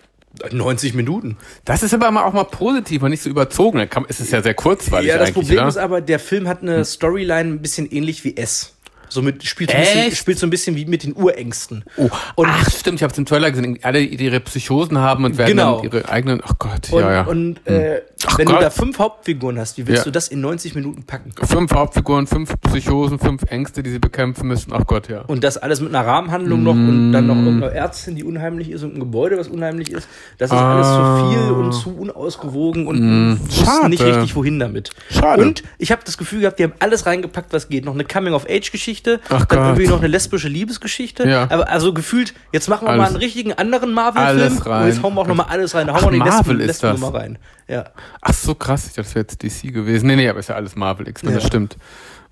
Speaker 2: 90 Minuten.
Speaker 1: Das ist aber mal auch mal positiv und nicht so überzogen. Dann kann, es ist ja sehr kurzweilig
Speaker 2: Ja, das
Speaker 1: eigentlich, Hm.
Speaker 2: Problem
Speaker 1: oder?
Speaker 2: ist aber, der Film hat eine Storyline ein bisschen ähnlich wie S. So mit, spielt, so ein bisschen,
Speaker 1: Echt?
Speaker 2: spielt so ein bisschen wie mit den Urängsten.
Speaker 1: Oh,
Speaker 2: Und-
Speaker 1: ach, stimmt, ich habe es im Trailer gesehen. Alle, die ihre Psychosen haben und werden
Speaker 2: Genau.
Speaker 1: dann ihre eigenen. Ach Gott,
Speaker 2: Und,
Speaker 1: ja, ja. Hm.
Speaker 2: und äh,
Speaker 1: Ach
Speaker 2: wenn
Speaker 1: Gott.
Speaker 2: du da fünf Hauptfiguren hast, wie willst
Speaker 1: Ja.
Speaker 2: du das in 90 Minuten packen?
Speaker 1: Fünf Hauptfiguren, fünf Psychosen, fünf Ängste, die sie bekämpfen müssen. Ach Gott, ja.
Speaker 2: Und das alles mit einer Rahmenhandlung noch und dann
Speaker 1: Mm.
Speaker 2: noch irgendeine Ärztin, die unheimlich ist und ein Gebäude, was unheimlich ist. Das ist alles zu viel und zu unausgewogen und wussten
Speaker 1: Ah. Mm. schade.
Speaker 2: nicht richtig, wohin damit.
Speaker 1: Schade.
Speaker 2: Und ich habe das Gefühl gehabt, die haben alles reingepackt, was geht. Noch eine Coming-of-Age-Geschichte,
Speaker 1: Ach
Speaker 2: dann
Speaker 1: Gott.
Speaker 2: irgendwie noch eine lesbische Liebesgeschichte.
Speaker 1: Ja.
Speaker 2: Aber also gefühlt, jetzt machen wir mal
Speaker 1: Alles.
Speaker 2: einen richtigen anderen Marvel-Film
Speaker 1: Alles
Speaker 2: und jetzt
Speaker 1: rein.
Speaker 2: hauen wir auch nochmal alles rein. Da hauen
Speaker 1: Ach,
Speaker 2: wir die
Speaker 1: Marvel ist das.
Speaker 2: Lesben-Nummer rein. Ja.
Speaker 1: Ach so krass, ich dachte, das wäre jetzt DC gewesen. Nee, nee, aber ist ja alles Marvel X-Men,
Speaker 2: Ja.
Speaker 1: das stimmt.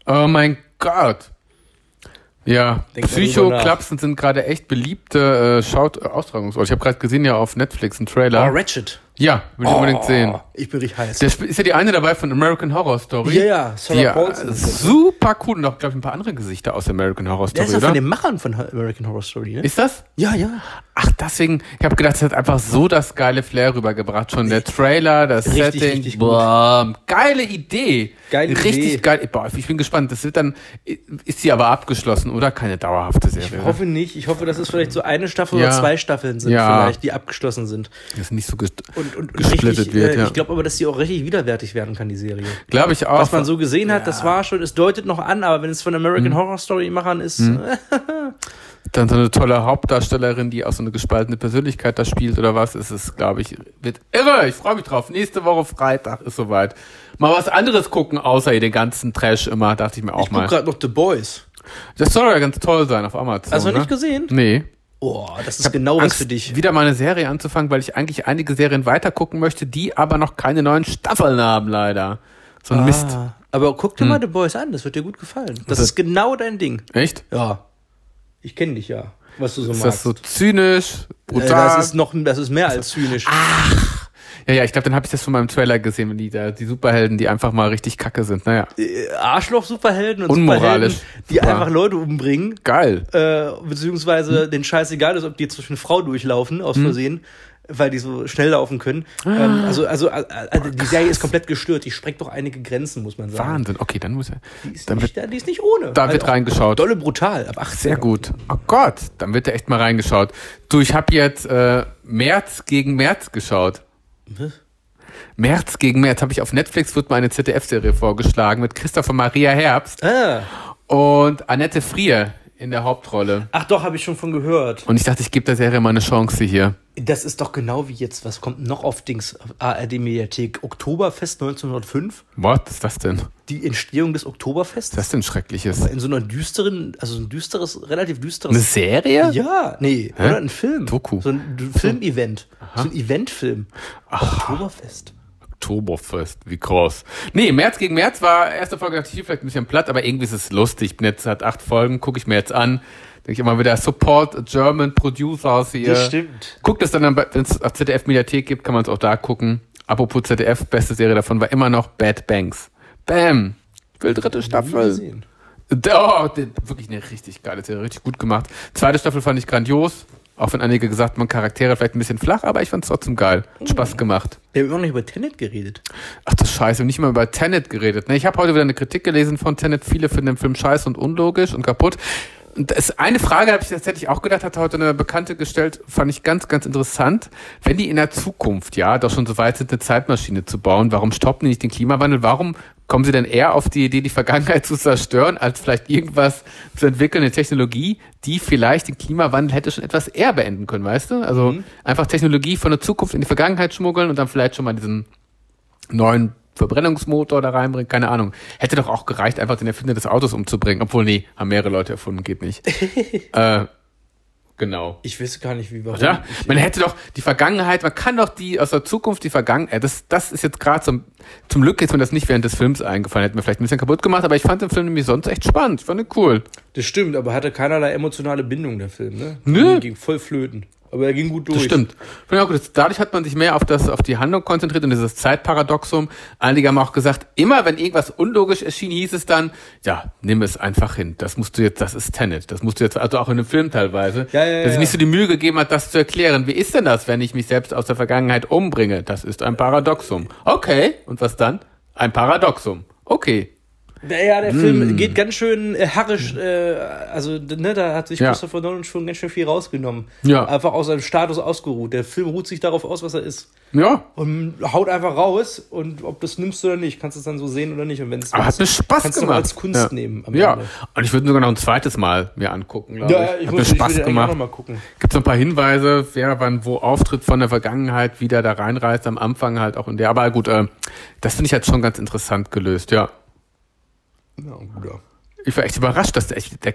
Speaker 1: Oh mein Gott. Ja,
Speaker 2: Denk mal drüber
Speaker 1: Psycho-Klapsen sind gerade echt beliebte äh, Schaut äh, Austragungsorte. Ich habe gerade gesehen ja auf Netflix einen Trailer.
Speaker 2: Oh, Ratchet.
Speaker 1: ja, will ich
Speaker 2: Oh.
Speaker 1: unbedingt sehen.
Speaker 2: Ich bin richtig heiß.
Speaker 1: Der sp- ist ja die eine dabei von American Horror Story.
Speaker 2: Ja, ja, Sarah
Speaker 1: Die,
Speaker 2: Paulson
Speaker 1: äh,
Speaker 2: ist das.
Speaker 1: Super cool und auch glaube ich ein paar andere Gesichter aus American Horror
Speaker 2: der
Speaker 1: Story,
Speaker 2: ist ja
Speaker 1: oder?
Speaker 2: von den Machern von American Horror Story, ne?
Speaker 1: ist das?
Speaker 2: Ja, ja.
Speaker 1: Ach, deswegen, ich habe gedacht, es hat einfach so das geile Flair rübergebracht. Schon der Trailer, das
Speaker 2: Richtig,
Speaker 1: Setting.
Speaker 2: richtig gut.
Speaker 1: boah, geile Idee.
Speaker 2: Geile
Speaker 1: richtig
Speaker 2: Idee.
Speaker 1: geil. Boah, ich bin gespannt. Das wird dann, ist sie aber abgeschlossen, oder? Keine dauerhafte Serie. ne?
Speaker 2: Ich hoffe nicht. Ich hoffe, dass es vielleicht so eine Staffel
Speaker 1: Ja.
Speaker 2: oder zwei Staffeln sind,
Speaker 1: Ja.
Speaker 2: vielleicht, die abgeschlossen sind.
Speaker 1: dass nicht so gest
Speaker 2: Und, und
Speaker 1: gesplittet
Speaker 2: richtig,
Speaker 1: wird,
Speaker 2: äh,
Speaker 1: ja.
Speaker 2: Ich glaube aber, dass die auch richtig widerwärtig werden kann, die Serie.
Speaker 1: Glaube ich auch. Mhm.
Speaker 2: Was man so gesehen hat, das war schon, es deutet noch an, aber wenn es von American Horror Story Machern ist, äh,
Speaker 1: dann so eine tolle Hauptdarstellerin, die auch so eine gespaltene Persönlichkeit da spielt oder was, ist es, glaube ich, wird irre. Ich freue mich drauf. Nächste Woche Freitag ist soweit. Mal was anderes gucken, außer hier den ganzen Trash immer, dachte ich mir auch
Speaker 2: ich gucke
Speaker 1: mal.
Speaker 2: gerade noch The Boys.
Speaker 1: Das soll ja ganz toll sein auf Amazon.
Speaker 2: Hast du noch
Speaker 1: ne?
Speaker 2: Also nicht gesehen?
Speaker 1: Nee.
Speaker 2: Oh, das ist genau was
Speaker 1: Angst,
Speaker 2: für dich.
Speaker 1: wieder mal eine Serie anzufangen, weil ich eigentlich einige Serien weitergucken möchte, die aber noch keine neuen Staffeln haben, leider. So ein Mist. Hm.
Speaker 2: Ah, aber guck dir mal The Boys an, das wird dir gut gefallen. Das,
Speaker 1: das-
Speaker 2: ist genau dein Ding.
Speaker 1: Echt?
Speaker 2: Ja. Ich kenne dich ja, was du so
Speaker 1: Ist das
Speaker 2: magst.
Speaker 1: so zynisch,
Speaker 2: Äh,
Speaker 1: brutal?
Speaker 2: das ist noch, das ist mehr als
Speaker 1: Ah,
Speaker 2: zynisch.
Speaker 1: ja, ja, ich glaube, dann habe ich das von meinem Trailer gesehen, wenn die da, die Superhelden, die einfach mal richtig kacke sind. Naja,
Speaker 2: Äh, Arschloch-Superhelden und
Speaker 1: Unmoralisch.
Speaker 2: Superhelden, die
Speaker 1: Super.
Speaker 2: einfach Leute umbringen
Speaker 1: geil. Hm.
Speaker 2: äh, beziehungsweise den Scheiß egal ist, ob die zwischen Frau durchlaufen, aus Versehen. weil die so schnell laufen können. Ähm,
Speaker 1: Ah.
Speaker 2: also, also, also, also die Serie ist komplett gestört. Die sprengt doch einige Grenzen, muss man sagen.
Speaker 1: Wahnsinn. Okay, dann muss er.
Speaker 2: Die ist,
Speaker 1: Dann wird,
Speaker 2: nicht, die ist nicht ohne.
Speaker 1: da wird
Speaker 2: auch
Speaker 1: reingeschaut.
Speaker 2: Dolle brutal, ab 18.
Speaker 1: Sehr gut. Oh Gott, dann wird er echt mal reingeschaut. Du, ich habe jetzt äh, März gegen März geschaut. März gegen März habe ich auf Netflix wird mal eine ZDF-Serie vorgeschlagen mit Christopher Maria Herbst
Speaker 2: Ah.
Speaker 1: und Annette Frier in der Hauptrolle.
Speaker 2: Ach doch, habe ich schon von gehört.
Speaker 1: Und ich dachte, ich gebe der Serie mal eine Chance hier.
Speaker 2: Das ist doch genau wie jetzt, was kommt noch auf Dings ARD-Mediathek? Oktoberfest 1905?
Speaker 1: What ist das denn?
Speaker 2: Die Entstehung des Oktoberfests?
Speaker 1: Das ist denn Schreckliches?
Speaker 2: in so einer düsteren, also so ein düsteres, relativ
Speaker 1: Eine
Speaker 2: düsteres.
Speaker 1: Serie?
Speaker 2: ja, nee, oder ein Film.
Speaker 1: Doku.
Speaker 2: So ein D- Filmevent. So ein Eventfilm. Oktoberfest.
Speaker 1: Oktoberfest, wie krass. Nee, März gegen März war erste Folge, dachte ich, hier vielleicht ein bisschen platt, aber irgendwie ist es lustig. Ich bin jetzt hat acht Folgen, gucke ich mir jetzt an. Denke ich immer wieder, support a German Producers hier.
Speaker 2: Das stimmt.
Speaker 1: Guckt es dann, wenn es auf ZDF-Mediathek gibt, kann man es auch da gucken. Apropos ZDF, beste Serie davon war immer noch Bad Banks. Bam! Will dritte
Speaker 2: Nie
Speaker 1: Staffel.
Speaker 2: gesehen.
Speaker 1: Oh, die- wirklich eine richtig geile Serie, richtig gut gemacht. Zweite Staffel fand ich grandios. Auch wenn einige gesagt haben, Charaktere vielleicht ein bisschen flach, aber ich fand es trotzdem geil. Hat
Speaker 2: Mhm.
Speaker 1: Spaß gemacht.
Speaker 2: Wir haben immer noch nicht über Tenet geredet.
Speaker 1: Ach du Scheiße, wir haben nicht mal über Tenet geredet. Ne? Ich habe heute wieder eine Kritik gelesen von Tenet. Viele finden den Film scheiße und unlogisch und kaputt. Und das ist eine Frage, habe ich das hätte ich auch gedacht, hat heute eine Bekannte gestellt, fand ich ganz, ganz interessant. Wenn die in der Zukunft, ja, doch schon so weit sind, eine Zeitmaschine zu bauen, warum stoppen die nicht den Klimawandel? Warum kommen sie denn eher auf die Idee, die Vergangenheit zu zerstören, als vielleicht irgendwas zu entwickeln, eine Technologie, die vielleicht den Klimawandel hätte schon etwas eher beenden können, weißt du? Also einfach Technologie von der Zukunft in die Vergangenheit schmuggeln und dann vielleicht schon mal diesen neuen Verbrennungsmotor da reinbringen, keine Ahnung. Hätte doch auch gereicht, einfach den Erfinder des Autos umzubringen. Obwohl, nee, haben mehrere Leute erfunden, geht nicht. äh, genau.
Speaker 2: Ich weiß gar nicht, wie warum.
Speaker 1: Oder? Man hätte doch die Vergangenheit, man kann doch die aus der Zukunft, die Vergangenheit, das, das ist jetzt gerade zum, zum Glück ist mir das nicht während des Films eingefallen, hätte mir vielleicht ein bisschen kaputt gemacht, aber ich fand den Film nämlich sonst echt spannend, ich fand ihn cool.
Speaker 2: Das stimmt, aber hatte keinerlei emotionale Bindung, der Film, ne?
Speaker 1: Nö.
Speaker 2: Ging voll flöten. Aber er ging gut durch.
Speaker 1: Das stimmt. Finde ich auch gut. Dadurch hat man sich mehr auf, das, auf die Handlung konzentriert und dieses Zeitparadoxum. Einige haben auch gesagt, immer wenn irgendwas unlogisch erschien, hieß es dann, ja, nimm es einfach hin. Das musst du jetzt, das ist Tenet. Das musst du jetzt, also auch in einem Film teilweise,
Speaker 2: Ja, ja, ja,
Speaker 1: dass sich
Speaker 2: ja.
Speaker 1: nicht so die Mühe gegeben hat, das zu erklären. Wie ist denn das, wenn ich mich selbst aus der Vergangenheit umbringe? Das ist ein Paradoxum. Okay. Und was dann? Ein Paradoxum. Okay.
Speaker 2: Naja, der
Speaker 1: Mm.
Speaker 2: Film geht ganz schön äh, harrisch, äh, also ne, da hat sich
Speaker 1: Ja.
Speaker 2: Christopher Nolan schon ganz schön viel rausgenommen.
Speaker 1: Ja.
Speaker 2: Einfach aus seinem Status ausgeruht. Der Film ruht sich darauf aus, was er ist.
Speaker 1: Ja.
Speaker 2: Und haut einfach raus und ob du es nimmst oder nicht, kannst du es dann so sehen oder nicht. Und wenn es
Speaker 1: Aber hat mir Spaß
Speaker 2: kannst du
Speaker 1: gemacht.
Speaker 2: auch als Kunst
Speaker 1: ja.
Speaker 2: nehmen am
Speaker 1: ja.
Speaker 2: Ende.
Speaker 1: Und ich würde ihn sogar noch ein zweites Mal mir angucken, glaube
Speaker 2: ja,
Speaker 1: ich.
Speaker 2: ich
Speaker 1: Hat
Speaker 2: muss
Speaker 1: mir
Speaker 2: ich
Speaker 1: Spaß
Speaker 2: will den eigentlich auch
Speaker 1: gemacht.
Speaker 2: noch mal gucken.
Speaker 1: Gibt es ein paar Hinweise, wer wann wo auftritt von der Vergangenheit, wie der da reinreißt, am Anfang halt auch in der. Aber gut, äh, das finde ich halt schon ganz interessant gelöst, ja.
Speaker 2: Ja, gut, ja.
Speaker 1: Ich war echt überrascht, dass der echt. Der,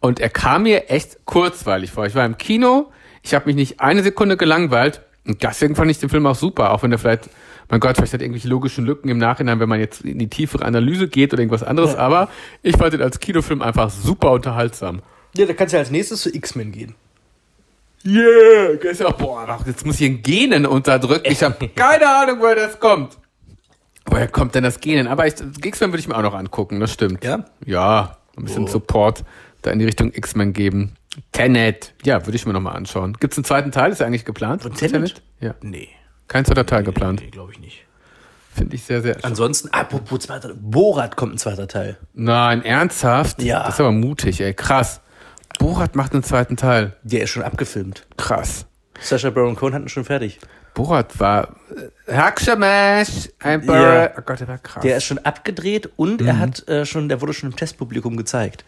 Speaker 1: und er kam mir echt kurzweilig vor. Ich war im Kino, ich habe mich nicht eine Sekunde gelangweilt. Und deswegen fand ich den Film auch super, auch wenn er vielleicht, mein Gott, vielleicht hat er irgendwelche logischen Lücken im Nachhinein, wenn man jetzt in die tiefere Analyse geht oder irgendwas anderes. Aber ich fand ihn als Kinofilm einfach super unterhaltsam.
Speaker 2: Ja, da kannst du ja als nächstes zu X-Men gehen.
Speaker 1: Yeah, gehst ja auch, boah, ach, jetzt muss ich ein Genen unterdrücken. Ich
Speaker 2: [LAUGHS]
Speaker 1: habe keine Ahnung, woher das kommt. Woher kommt denn das Genen? Aber ich, X-Men würde ich mir auch noch angucken, das stimmt.
Speaker 2: Ja? Oh.
Speaker 1: Ja, ein bisschen Support da in die Richtung X-Men geben. Tenet, ja, würde ich mir nochmal anschauen. Gibt es einen zweiten Teil, ist der eigentlich geplant? Von
Speaker 2: Tenet?
Speaker 1: Ja,
Speaker 2: Nee,
Speaker 1: kein zweiter Teil geplant.
Speaker 2: nee glaube ich nicht.
Speaker 1: Finde ich sehr, sehr...
Speaker 2: Ansonsten, apropos zweiter Borat kommt ein zweiter Teil.
Speaker 1: Nein, ernsthaft?
Speaker 2: Ja.
Speaker 1: Das ist aber mutig, ey, krass. Borat macht einen zweiten Teil.
Speaker 2: Der ist schon abgefilmt.
Speaker 1: Krass.
Speaker 2: Sascha Baron Cohen hat ihn schon fertig.
Speaker 1: Borat war... Hakshamesh, ein
Speaker 2: Ja.
Speaker 1: Borat. Oh Gott, der war krass.
Speaker 2: Der ist schon abgedreht und
Speaker 1: Mhm.
Speaker 2: er hat äh, schon, der wurde schon im Testpublikum gezeigt.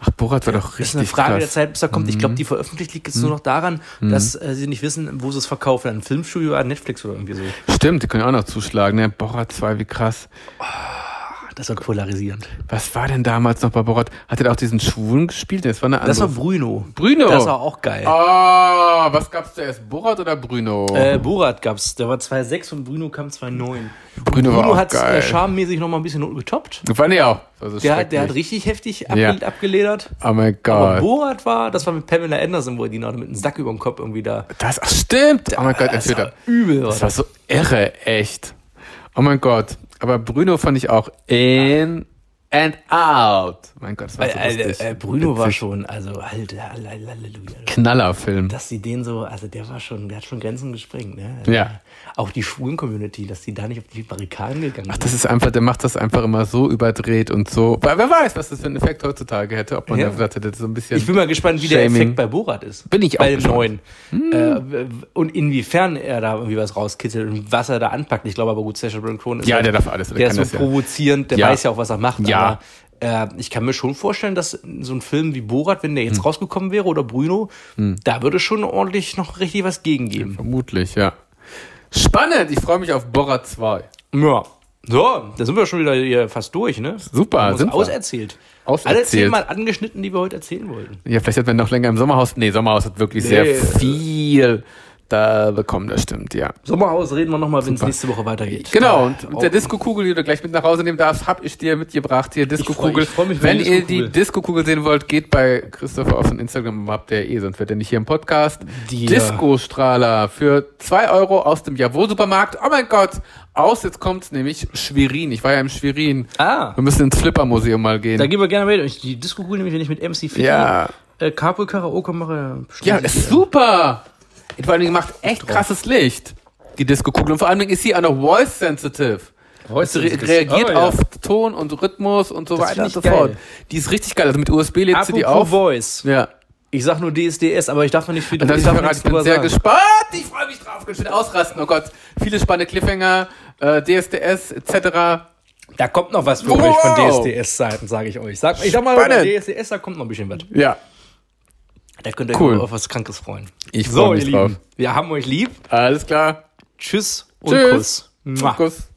Speaker 1: Ach, Borat war doch richtig
Speaker 2: Das ist eine Frage der
Speaker 1: krass. Mhm.
Speaker 2: Zeit, bis er kommt. Ich glaube, die veröffentlicht liegt jetzt nur noch daran, dass äh, sie nicht wissen, wo sie es verkaufen. Ein Filmstudio, an Netflix oder irgendwie so.
Speaker 1: Stimmt, die können auch noch zuschlagen. Ne? Borat 2, wie krass.
Speaker 2: Ach, das war polarisierend.
Speaker 1: Was war denn damals noch bei Borat? Hat er auch diesen Schwulen gespielt? Das war eine andere.
Speaker 2: Das war Bruno.
Speaker 1: Bruno.
Speaker 2: Das war auch geil.
Speaker 1: Ah, was gab's da erst? Borat oder Bruno?
Speaker 2: Äh, Borat gab's, der war 2,6 und Bruno kam 2,9.
Speaker 1: Bruno war
Speaker 2: Bruno
Speaker 1: auch
Speaker 2: hat's äh,
Speaker 1: geil.
Speaker 2: charmemäßig noch mal ein bisschen getoppt.
Speaker 1: Fand ich auch. Das ist
Speaker 2: Der, hat- der hat
Speaker 1: schrecklich.
Speaker 2: richtig heftig abge
Speaker 1: Ja.
Speaker 2: abgeledert.
Speaker 1: Oh mein Gott.
Speaker 2: Aber Borat war, das war mit Pamela Anderson, wo er die noch mit einem Sack über dem Kopf irgendwie da.
Speaker 1: Das ach, stimmt. Oh mein Gott, er
Speaker 2: Das war
Speaker 1: wieder.
Speaker 2: übel.
Speaker 1: Das war so irre, echt. Oh mein Gott. Aber Bruno fand ich auch in and out. Mein Gott, das war so
Speaker 2: Äh,
Speaker 1: lustig.
Speaker 2: äh, äh, Bruno war
Speaker 1: Witzig.
Speaker 2: schon, also Alter, alle- alle- Halleluja.
Speaker 1: Knallerfilm.
Speaker 2: Dass sie den so, also der war schon, der hat schon Grenzen gesprengt, ne? Also
Speaker 1: Ja.
Speaker 2: Auch die schwulen Community, dass die da nicht auf die Barrikaden gegangen
Speaker 1: Ach,
Speaker 2: sind.
Speaker 1: das ist einfach, der macht das einfach immer so überdreht und so. Weil wer weiß, was das für einen Effekt heutzutage hätte, ob man
Speaker 2: Ja.
Speaker 1: da gesagt hätte, so ein bisschen.
Speaker 2: Ich bin mal gespannt, wie der
Speaker 1: Shaming.
Speaker 2: Effekt bei Borat ist.
Speaker 1: Bin ich auch
Speaker 2: Bei dem
Speaker 1: gespannt. Hm.
Speaker 2: neuen. Äh, und inwiefern er da irgendwie was rauskitzelt und was er da anpackt. Ich glaube aber gut, Sasha Baron Cohen ist
Speaker 1: Ja,
Speaker 2: halt-
Speaker 1: der darf alles, der
Speaker 2: Der ist
Speaker 1: kann das
Speaker 2: so
Speaker 1: ja.
Speaker 2: provozierend, der
Speaker 1: Ja.
Speaker 2: weiß ja auch, was er macht.
Speaker 1: Ja.
Speaker 2: Aber, äh, ich kann mir schon vorstellen, dass so ein Film wie Borat, wenn der
Speaker 1: Hm.
Speaker 2: jetzt rausgekommen wäre oder Bruno, da würde es schon ordentlich noch richtig was gegengeben.
Speaker 1: Vermutlich, ja. Spannend, ich freue mich auf Borat 2.
Speaker 2: Ja. So, da sind wir schon wieder hier fast durch, ne?
Speaker 1: Super,
Speaker 2: Haben wir uns
Speaker 1: sind wir.
Speaker 2: auserzählt. Alle
Speaker 1: Auserzählt.
Speaker 2: zehnmal angeschnitten, die wir heute erzählen wollten.
Speaker 1: Ja, vielleicht hätten wir noch länger im Sommerhaus. Nee, Sommerhaus hat wirklich
Speaker 2: Nee.
Speaker 1: sehr viel da bekommen, das stimmt, ja.
Speaker 2: Sommerhaus reden wir nochmal, wenn es nächste Woche weitergeht.
Speaker 1: Genau, und mit der
Speaker 2: auch-
Speaker 1: Disco-Kugel, die du gleich mit nach Hause nehmen darfst, hab ich dir mitgebracht, hier Disco-Kugel.
Speaker 2: ich freu mich über
Speaker 1: Wenn
Speaker 2: die
Speaker 1: ihr
Speaker 2: Disco-Kugel.
Speaker 1: die Disco-Kugel sehen wollt, geht bei Christopher auf den Instagram, habt ihr eh, sonst wird er nicht hier im Podcast.
Speaker 2: Die- äh,
Speaker 1: Disco-Strahler für 2 Euro aus dem Javo-Supermarkt. Oh mein Gott, aus, jetzt kommt's nämlich Schwerin. Ich war ja im Schwerin.
Speaker 2: Ah.
Speaker 1: Wir müssen ins Flipper-Museum mal gehen.
Speaker 2: Da gehen wir gerne mit. Ich- Die Disco-Kugel nämlich, wenn ich mit MC Ficky
Speaker 1: Ja.
Speaker 2: äh, Carpool Karaoke mache.
Speaker 1: Ja,
Speaker 2: bestimmt-
Speaker 1: das ist super. Und Vor allen Dingen macht echt krasses Licht, die Disco-Kugel. Und vor allen Dingen ist sie auch noch voice-sensitive.
Speaker 2: Voice
Speaker 1: Voice re
Speaker 2: sensitive.
Speaker 1: reagiert
Speaker 2: Ah, ja.
Speaker 1: auf Ton und Rhythmus und so weiter
Speaker 2: find
Speaker 1: und
Speaker 2: ich
Speaker 1: so fort.
Speaker 2: geil.
Speaker 1: Die ist richtig geil. Also mit USB lädst du die
Speaker 2: Apropos
Speaker 1: auf.
Speaker 2: Voice.
Speaker 1: Ja.
Speaker 2: Ich sag nur DSDS, aber ich darf noch nicht viel
Speaker 1: Und das ich,
Speaker 2: darf noch
Speaker 1: verraten,
Speaker 2: nichts
Speaker 1: ich bin
Speaker 2: drüber
Speaker 1: sehr
Speaker 2: sagen.
Speaker 1: gespannt. Ich freue mich drauf. Ganz schön ausrasten. Oh Gott. Viele spannende Cliffhanger, äh, DSDS etc.
Speaker 2: Da kommt noch was für
Speaker 1: Wow.
Speaker 2: euch von DSDS-Seiten, sage ich euch. Sag, ich sag mal, bei
Speaker 1: Spannend.
Speaker 2: DSDS, da kommt noch ein bisschen was.
Speaker 1: Ja.
Speaker 2: Da könnt ihr
Speaker 1: Cool.
Speaker 2: euch auf was Krankes freuen.
Speaker 1: Ich
Speaker 2: so,
Speaker 1: freue mich
Speaker 2: ihr
Speaker 1: drauf.
Speaker 2: Lieben, wir haben euch lieb.
Speaker 1: Alles klar.
Speaker 2: Tschüss und
Speaker 1: Tschüss.
Speaker 2: Kuss. Mua.
Speaker 1: Kuss.